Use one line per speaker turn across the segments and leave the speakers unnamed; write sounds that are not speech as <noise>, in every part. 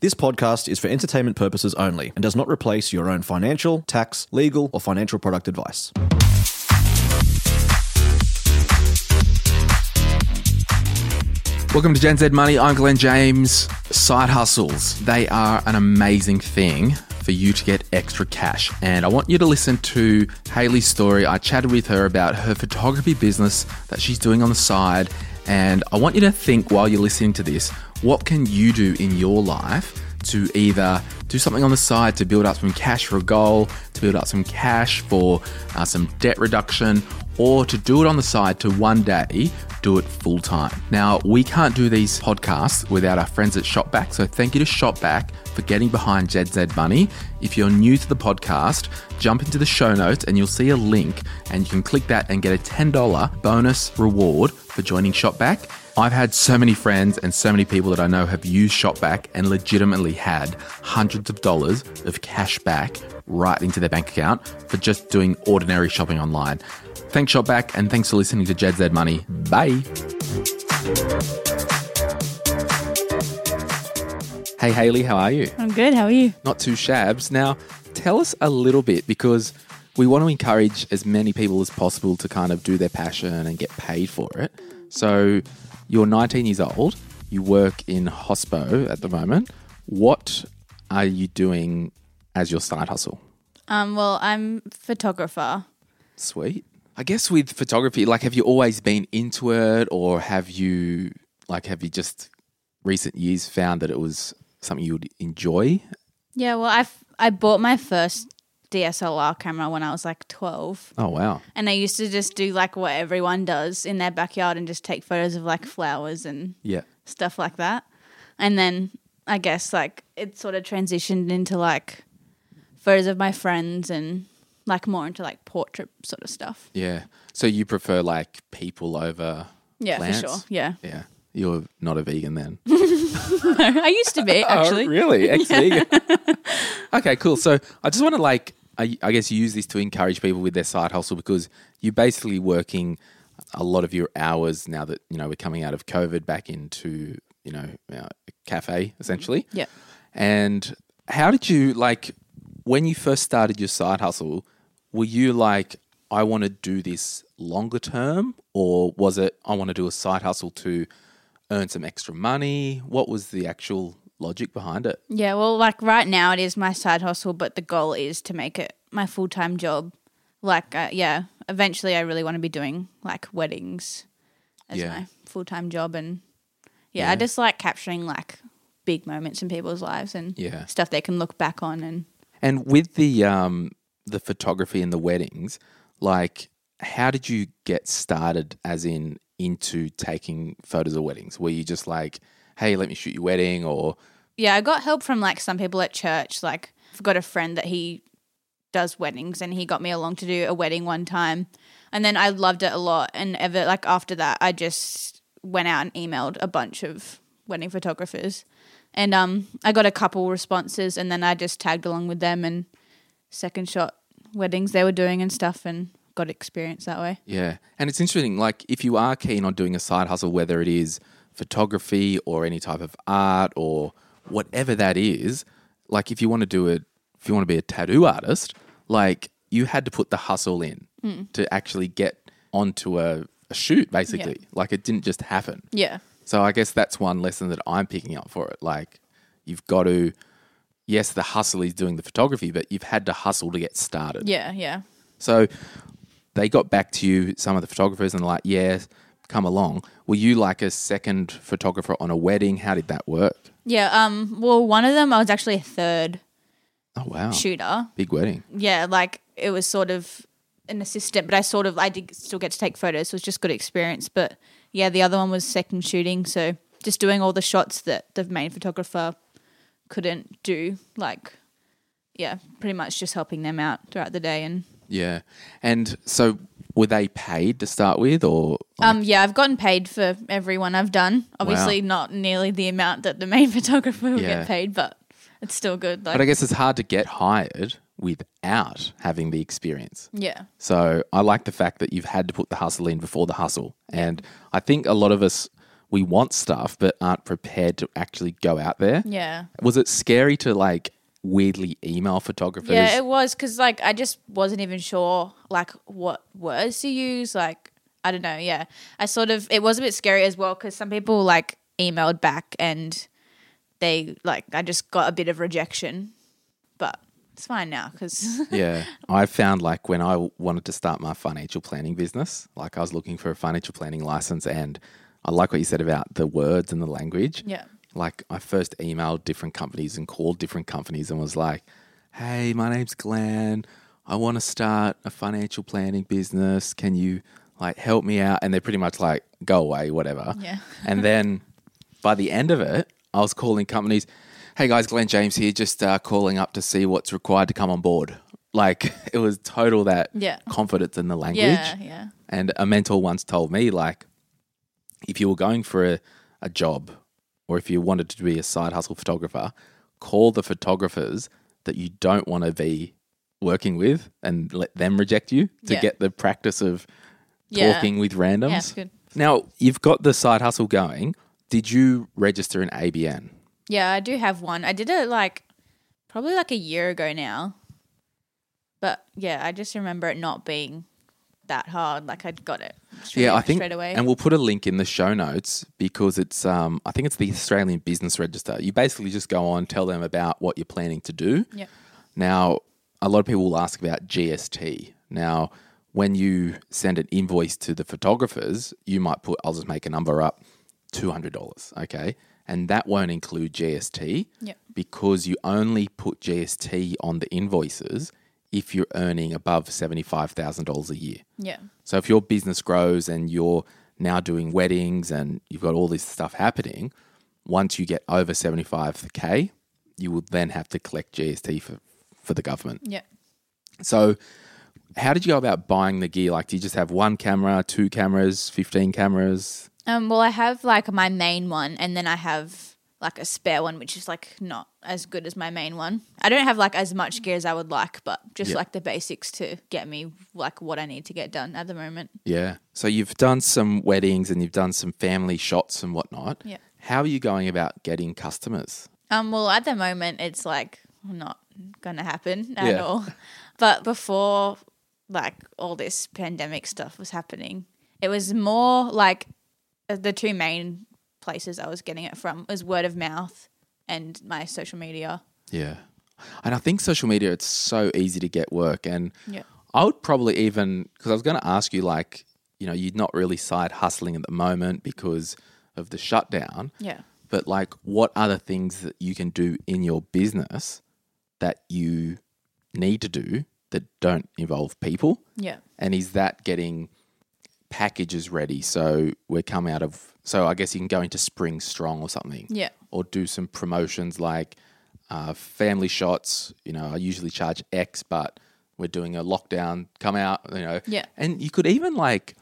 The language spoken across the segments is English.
This podcast is for entertainment purposes only and does not replace your own financial, tax, legal, or financial product advice.
Welcome to Gen Z Money. I'm Glenn James. Side hustles, they are an amazing thing for you to get extra cash. And I want you to listen to Haley's story. I chatted with her about her photography business that she's doing on the side. And I want you to think while you're listening to this what can you do in your life to either do something on the side to build up some cash for a goal, to build up some cash for uh, some debt reduction, or to do it on the side to one day do it full time. Now, we can't do these podcasts without our friends at Shopback, so thank you to Shopback for getting behind JZ Money. If you're new to the podcast, jump into the show notes and you'll see a link, and you can click that and get a $10 bonus reward for joining Shopback. I've had so many friends and so many people that I know have used Shopback and legitimately had hundreds of dollars of cash back right into their bank account for just doing ordinary shopping online. Thanks, Shopback, and thanks for listening to JZ Money. Bye. Hey, Haley, how are you?
I'm good. How are you?
Not too shabs. Now, tell us a little bit because we want to encourage as many people as possible to kind of do their passion and get paid for it. So, you're 19 years old, you work in Hospo at the moment. What are you doing as your side hustle?
Um, well, I'm photographer.
Sweet. I guess with photography, like, have you always been into it, or have you, like, have you just recent years found that it was something you would enjoy?
Yeah. Well, I I bought my first DSLR camera when I was like 12,
Oh wow,
and I used to just do like what everyone does in their backyard and just take photos of like flowers and
yeah,
stuff like that. And then I guess like it sort of transitioned into like photos of my friends and like more into like portrait sort of stuff.
yeah. So you prefer like people over?
Yeah,
plants?
for sure. Yeah.
yeah. You're not a vegan then?
<laughs> I used to be <laughs>
<laughs>
actually.
Oh, really? Ex vegan. okay, cool. So I just want to like, I, I guess, use this to encourage people with their side hustle because you're basically working a lot of your hours now that you know we're coming out of COVID back into you know our cafe essentially.
Yeah.
And how did you like when you first started your side hustle? Were you like, I want to do this longer term, or was it I want to do a side hustle to earn some extra money? What was the actual logic behind it?
Yeah, well, like right now it is my side hustle, but the goal is to make it my full time job. Like, uh, yeah, eventually I really want to be doing like weddings as
Yeah.
my full time job. And yeah, I just like capturing like big moments in people's lives and
Yeah.
stuff they can look back on. And
And with the um the photography and the weddings, like how did you get started as in into taking photos of weddings? Were you just like, hey, let me shoot your wedding or
yeah, I got help from like some people at church. Like, I've got a friend that he does weddings and he got me along to do a wedding one time. And then I loved it a lot. And ever, like, after that, I just went out and emailed a bunch of wedding photographers. And um, I got a couple responses and then I just tagged along with them and second shot weddings they were doing and stuff and got experience that way.
Yeah. And it's interesting, like if you are keen on doing a side hustle, whether it is photography or any type of art or whatever that is, like if you want to do it, if you want to be a tattoo artist, like you had to put the hustle in to actually get onto a, a shoot, basically. Like it didn't just happen.
Yeah.
So I guess that's one lesson that I'm picking up for it. Like you've got to, yes, the hustle is doing the photography, but you've had to hustle to get started.
Yeah. Yeah.
So they got back to you, some of the photographers, and like, yeah, come along. Were you like a second photographer on a wedding? How did that work?
Yeah. Um, well, one of them, I was actually a third
Oh, wow.
shooter.
Big wedding.
yeah, like it was sort of an assistant, but I sort of I did still get to take photos. So it was just good experience. But yeah, the other one was second shooting, so just doing all the shots that the main photographer couldn't do. Like, yeah, pretty much just helping them out throughout the day. And
Yeah. And so were they paid to start with or?
um, yeah, I've gotten paid for everyone I've done. Obviously, not nearly the amount that the main <laughs> photographer would
Yeah.
get paid, but it's still good. Like,
but I guess it's hard to get hired without having the experience.
yeah,
So I like the fact that you've had to put the hustle in before the hustle. And I think a lot of us we want stuff but aren't prepared to actually go out there.
Yeah.
Was it scary to like weirdly email photographers?
Yeah, it was because like I just wasn't even sure like what words to use. Like I don't know. Yeah, I sort of it was a bit scary as well because some people like emailed back and they like I just got a bit of rejection, but it's fine now because
yeah. I found like when I wanted to start my financial planning business, like I was looking for a financial planning license and I like what you said about the words and the language.
<laughs> Yeah.
Like I first emailed different companies and called different companies and was like, "Hey, my name's Glenn. I want to start a financial planning business. Can you like help me out?" And they're pretty much like, "Go away, whatever."
Yeah. <laughs>
and then by the end of it, I was calling companies. Hey guys, Glenn James here, just uh, calling up to see what's required to come on board. Like <laughs> it was total that
Yeah.
confidence in the language.
yeah, yeah,
And a mentor once told me, like, if you were going for a, a job or if you wanted to be a side hustle photographer, call the photographers that you don't want to be working with and let them reject you to
Yeah.
get the practice of
Yeah.
talking with randoms.
Yeah, it's good.
Now, you've got the side hustle going. Did you register an ABN?
yeah. I do have one. I did it like probably like a year ago now, but yeah, I just remember it not being that hard. Like I'd got it. Straight,
yeah, I think,
straight away.
and we'll put a link in the show notes because it's, um, I think it's the Australian Business Register. You basically just go on, tell them about what you're planning to do.
Yeah.
Now, a lot of people will ask about GST. Now, when you send an invoice to the photographers, you might put, I'll just make a number up, $200, okay? And that won't include GST
Yep.
because you only put GST on the invoices if you're earning above $75,000 a year.
yeah,
So if your business grows and you're now doing weddings and you've got all this stuff happening, once you get over 75k, you will then have to collect GST for, for the government.
yeah.
So how did you go about buying the gear? Like do you just have one camera, two cameras, 15 cameras?
Um, well, I have like my main one, and then I have like a spare one, which is like not as good as my main one. I don't have like as much gear as I would like, but just
Yeah.
like the basics to get me like what I need to get done at the moment.
Yeah. So you've done some weddings and you've done some family shots and whatnot.
Yeah.
How are you going about getting customers?
Um, well, at the moment, it's like not gonna happen at
Yeah.
all. <laughs> But before like all this pandemic stuff was happening, it was more like uh, the two main places I was getting it from was word of mouth and my social media.
Yeah. And I think social media it's so easy to get work and
Yeah.
I would probably even because I was going to ask you, like, you know, you're not really side hustling at the moment because of the shutdown,
Yeah.
but like, what other things that you can do in your business that you need to do that don't involve people?
Yeah.
And is that getting packages ready? So we're coming out of, so I guess you can go into spring strong or something
Yeah.
or do some promotions like uh, family shots. You know, I usually charge X, but we're doing a lockdown. Come out, you know.
Yeah.
And you could even like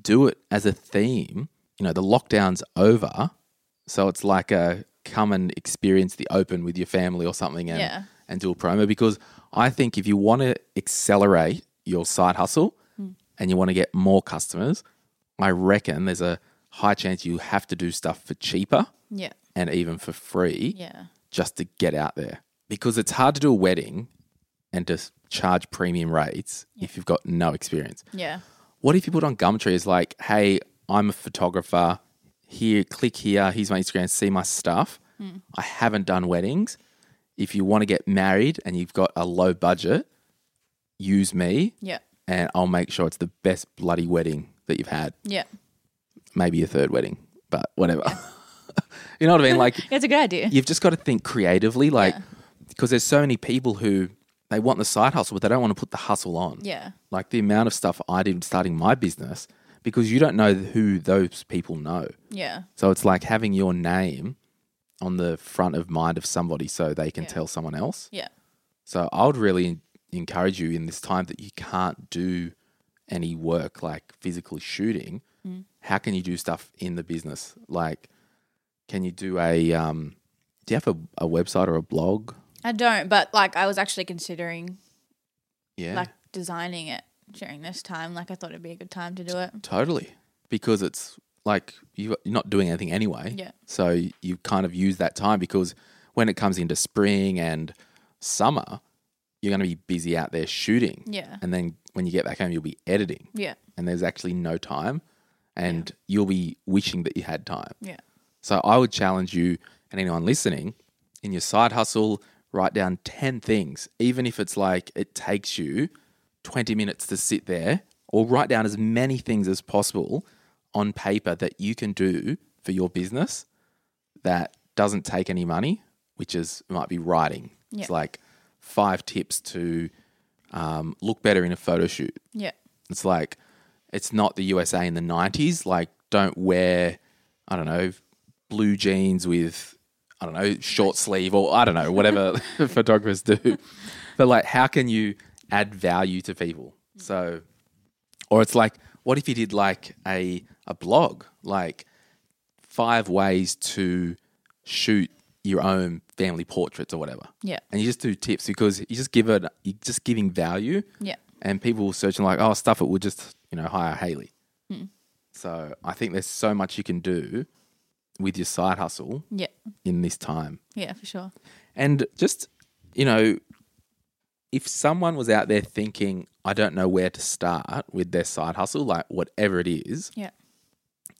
do it as a theme. You know, the lockdown's over, so it's like a come and experience the open with your family or something, and
Yeah.
and do a promo because I think if you want to accelerate your side hustle
Hmm.
and you want to get more customers, I reckon there's a high chance you have to do stuff for cheaper
Yeah.
and even for free
Yeah.
just to get out there because it's hard to do a wedding and just charge premium rates if you've got no experience.
Yeah.
What if you put on Gumtree as like, hey, I'm a photographer. Here, click here. Here's my Instagram. See my stuff. I haven't done weddings. If you want to get married and you've got a low budget, use me
Yeah.
and I'll make sure it's the best bloody wedding that you've had.
Yeah.
Maybe your third wedding, but whatever. <laughs> you know what I mean? Like,
It's a good idea.
you've just got to think creatively, like because there's so many people who they want the side hustle, but they don't want to put the hustle on.
Yeah.
Like the amount of stuff I did starting my business because you don't know who those people know.
Yeah.
So it's like having your name on the front of mind of somebody so they can
Yeah.
tell someone else.
Yeah.
So I would really en- encourage you in this time that you can't do any work like physical shooting.
Mm.
How can you do stuff in the business? Like, can you do a, um, do you have a, a website or a blog?
I don't, but like I was actually considering
Yeah.
like designing it during this time. Like I thought it'd be a good time to do it.
totally. Because it's like you- you're not doing anything anyway.
Yeah.
So you kind of use that time because when it comes into spring and summer, you're going to be busy out there shooting.
Yeah.
And then when you get back home, you'll be editing.
Yeah.
And there's actually no time, and you'll be wishing that you had time.
Yeah.
So I would challenge you and anyone listening in your side hustle, write down 10 things, even if it's like it takes you 20 minutes to sit there, or write down as many things as possible on paper that you can do for your business that doesn't take any money, which is might be writing.
Yeah.
It's like five tips to um, look better in a photo shoot.
Yeah.
It's like it's not the USA in the nineties. Like don't wear I don't know blue jeans with I don't know short sleeve or I don't know whatever <laughs> photographers do. But like, how can you add value to people? So, or it's like, what if you did like a a blog like five ways to shoot your own family portraits or whatever.
Yeah.
And you just do tips because you just give it you're just giving value.
Yeah.
And people will search and like, oh stuff it, we'll just, you know, hire Haley. So I think there's so much you can do with your side hustle
Yeah.
in this time.
Yeah, for sure.
And just, you know, if someone was out there thinking, I don't know where to start with their side hustle, like whatever it is,
Yeah.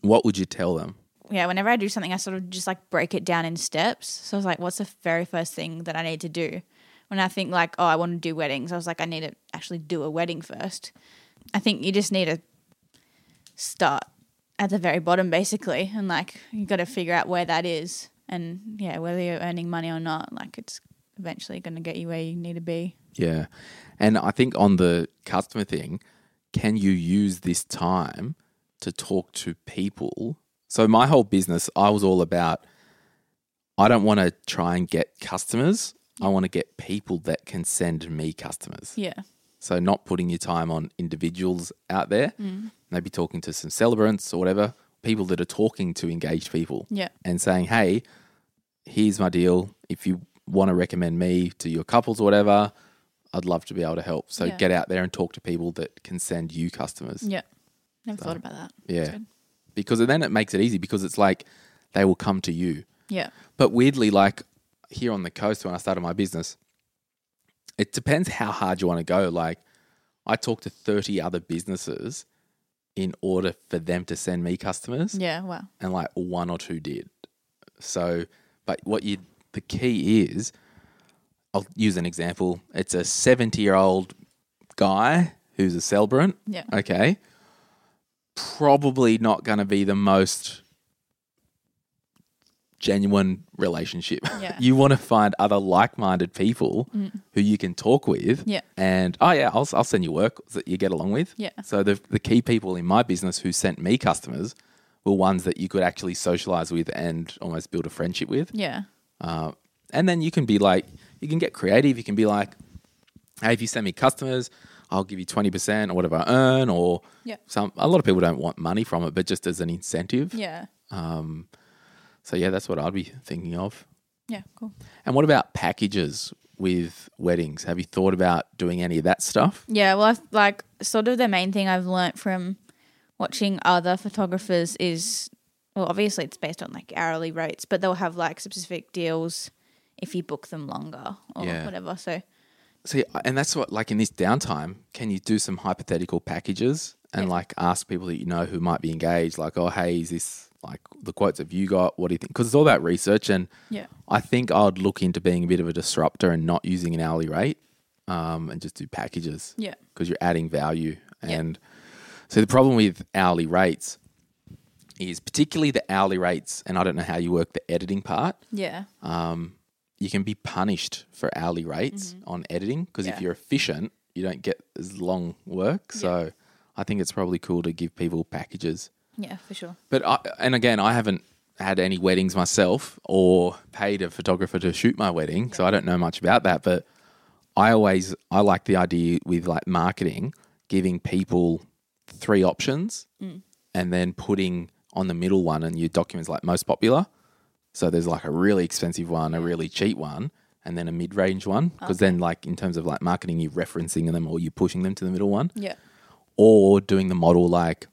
what would you tell them?
yeah, whenever I do something, I sort of just like break it down in steps. So I was like, what's the very first thing that I need to do? When I think like, oh, I want to do weddings, I was like, I need to actually do a wedding first. I think you just need to start at the very bottom basically and like you got to figure out where that is and yeah whether you're earning money or not like it's eventually going to get you where you need to be
Yeah. And I think on the customer thing, can you use this time to talk to people? So my whole business, I was all about I don't want to try and get customers. I want to get people that can send me customers.
yeah
So not putting your time on individuals out there, maybe talking to some celebrants or whatever, people that are talking to engaged people
yeah
and saying, "Hey, here's my deal. If you want to recommend me to your couples or whatever, I'd love to be able to help." So
Yeah.
get out there and talk to people that can send you customers.
yeah never thought about that
Yeah.
good.
Because then it makes it easy because it's like they will come to you.
yeah
But weirdly, like here on the coast when I started my business, it depends how hard you want to go. Like I talked to 30 other businesses in order for them to send me customers
yeah wow
and like one or two did. So, but what you the key is, I'll use an example. It's a seventy year old guy who's a celebrant.
Yeah.
Okay. Probably not going to be the most genuine relationship. <laughs>
Yeah.
you want to find other like minded people who you can talk with.
Mm. Yeah.
And oh yeah, I'll I'll send you work that you get along with.
Yeah.
So the the key people in my business who sent me customers were ones that you could actually socialize with and almost build a friendship with.
yeah
Uh, and then you can be like, you can get creative. You can be like, hey, if you send me customers, I'll give you twenty percent or whatever I earn, or
Yeah.
some. A lot of people don't want money from it, but just as an incentive.
yeah
Um, so yeah, that's what I'd be thinking of.
yeah cool
And what about packages with weddings? Have you thought about doing any of that stuff?
Yeah, well, I've, like sort of the main thing I've learnt from watching other photographers is, well, obviously it's based on like hourly rates, but they'll have like specific deals if you book them longer or
Yeah.
whatever. So
See, and that's what, like in this downtime, can you do some hypothetical packages and like ask people that you know who might be engaged, like, oh, hey, is this like the quotes have you got? What do you think? Because it's all about research. And
yeah,
I think I'd look into being a bit of a disruptor and not using an hourly rate um, and just do packages
yeah,
because you're adding value. And so the problem with hourly rates is particularly the hourly rates, and I don't know how you work the editing part
yeah,
you can be punished for hourly rates on editing because
Mm-hmm. Yeah.
if you're efficient, you don't get as long work. So I think it's probably cool to give people packages.
yeah, for sure.
But I, and again, I haven't had any weddings myself or paid a photographer to shoot my wedding, so I don't know much about that. But I always I like the idea with like marketing, giving people three options and then putting on the middle one and your documents like most popular. So there's like a really expensive one, a really cheap one, and then a mid-range one. Because then, like in terms of like marketing, you're referencing them or you're pushing them to the middle one
Yeah,
or doing the model like,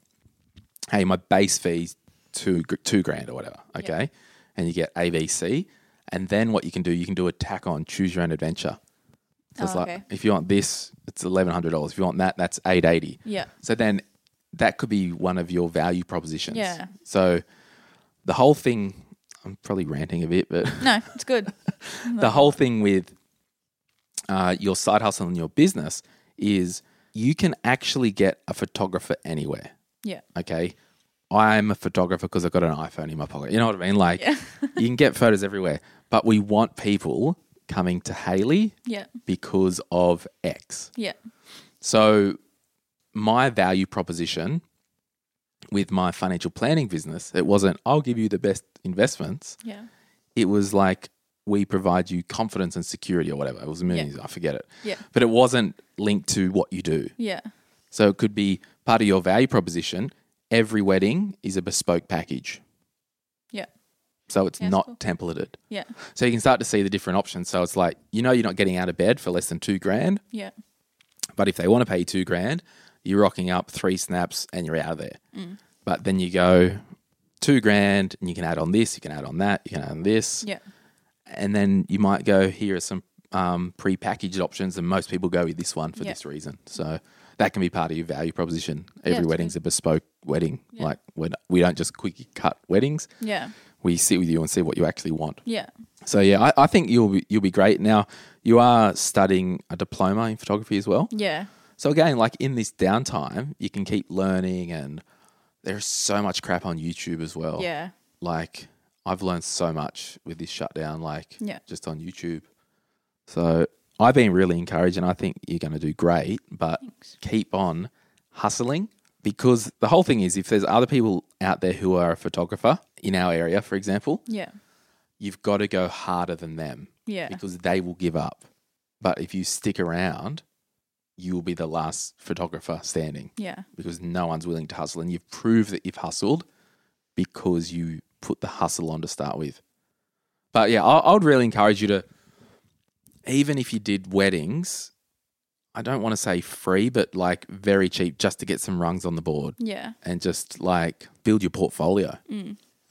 hey, my base fee's two gr- two grand or whatever. Okay, and you get ABC, and then what you can do, you can do a tack on choose your own adventure. So it's
Oh,
like
okay.
if you want this, it's eleven hundred dollars. If you want that, that's eight eighty.
Yeah.
So then that could be one of your value propositions.
Yeah.
So the whole thing, I'm probably ranting a bit, but
No, it's good. <laughs>
the whole thing with uh, your side hustle and your business is you can actually get a photographer anywhere.
Yeah.
Okay. I'm a photographer because I've got an iPhone in my pocket. You know what I mean?
<laughs>
Like, you can get photos everywhere, but we want people coming to Haley
Yeah.
because of X.
Yeah.
So, my value proposition with my financial planning business, it wasn't, I'll give you the best investments
Yeah.
it was like we provide you confidence and security or whatever. It was millions, I forget it.
Yeah.
But it wasn't linked to what you do.
Yeah.
So it could be part of your value proposition. Every wedding is a bespoke package.
Yeah.
So it's
Yeah, that's
not
cool.
templated.
Yeah.
So you can start to see the different options. So it's like, you know, you're not getting out of bed for less than two grand,
Yeah.
but if they want to pay you two grand, you're rocking up three snaps and you're out of there.
Mm.
But then you go two grand and you can add on this, you can add on that, you can add on this.
Yeah.
and then you might go here are some um, pre-packaged options and most people go with this one for
Yeah.
this reason so that can be part of your value proposition
Yeah,
every
it's
wedding's a bespoke wedding like we're, not- we don't just quick cut weddings
Yeah.
we sit with you and see what you actually want
Yeah.
so yeah i, I think you'll be, you'll be great now you are studying a diploma in photography as well
Yeah.
so again, like in this downtime, you can keep learning, and there's so much crap on YouTube as well.
Yeah.
Like I've learned so much with this shutdown, like
Yeah.
just on YouTube. So I've been really encouraged, and I think you're going to do great. But keep on hustling because the whole thing is, if there's other people out there who are a photographer in our area, for example,
Yeah.
you've got to go harder than them
Yeah.
because they will give up. But if you stick around, you will be the last photographer standing
Yeah.
because no one's willing to hustle. And you've proved that you've hustled because you put the hustle on to start with. But yeah, I, I would really encourage you to, even if you did weddings, I don't want to say free, but like very cheap just to get some rungs on the board
Yeah.
and just like build your portfolio.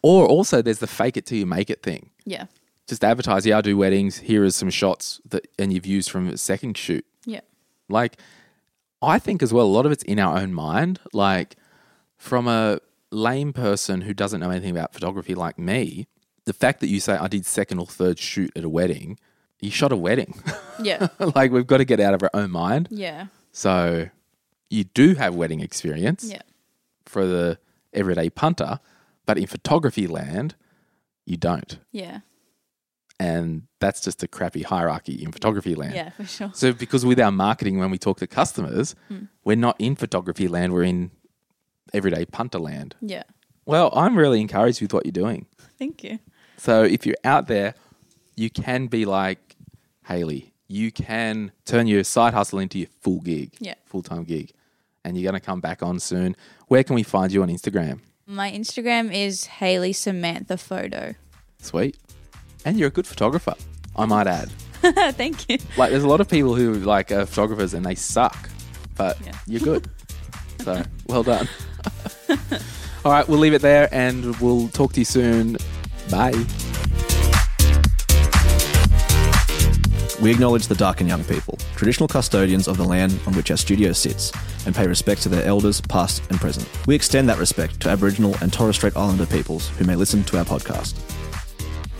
Or also, there's the fake it till you make it thing
Yeah.
just advertise, yeah, I do weddings. Here is some shots that and you've used from a second shoot.
Yeah.
Like, I think as well, a lot of it's in our own mind. Like, from a lame person who doesn't know anything about photography like me, the fact that you say I did second or third shoot at a wedding, you shot a wedding. <laughs>
Yeah.
like, we've got to get out of our own mind.
Yeah.
So, you do have wedding experience
Yeah.
for the everyday punter, but in photography land, you don't
Yeah.
and that's just a crappy hierarchy in photography land.
Yeah. For sure.
So because with our marketing, when we talk to customers,
Hmm.
we're not in photography land; we're in everyday punter land.
Yeah.
Well, I'm really encouraged with what you're doing.
Thank you.
So if you're out there, you can be like Haley. You can turn your side hustle into your full gig,
Yeah.
full time gig, and you're going to come back on soon. Where can we find you on Instagram?
My Instagram is Haley Samantha Photo.
Sweet, and you're a good photographer, I might add.
<laughs> Thank you.
Like, there's a lot of people who like are photographers and they suck, but
Yeah.
you're good. so, well done. <laughs> All right, we'll leave it there and we'll talk to you soon. Bye.
We acknowledge the Dark and Young people, traditional custodians of the land on which our studio sits, and pay respect to their elders, past and present. We extend that respect to Aboriginal and Torres Strait Islander peoples who may listen to our podcast.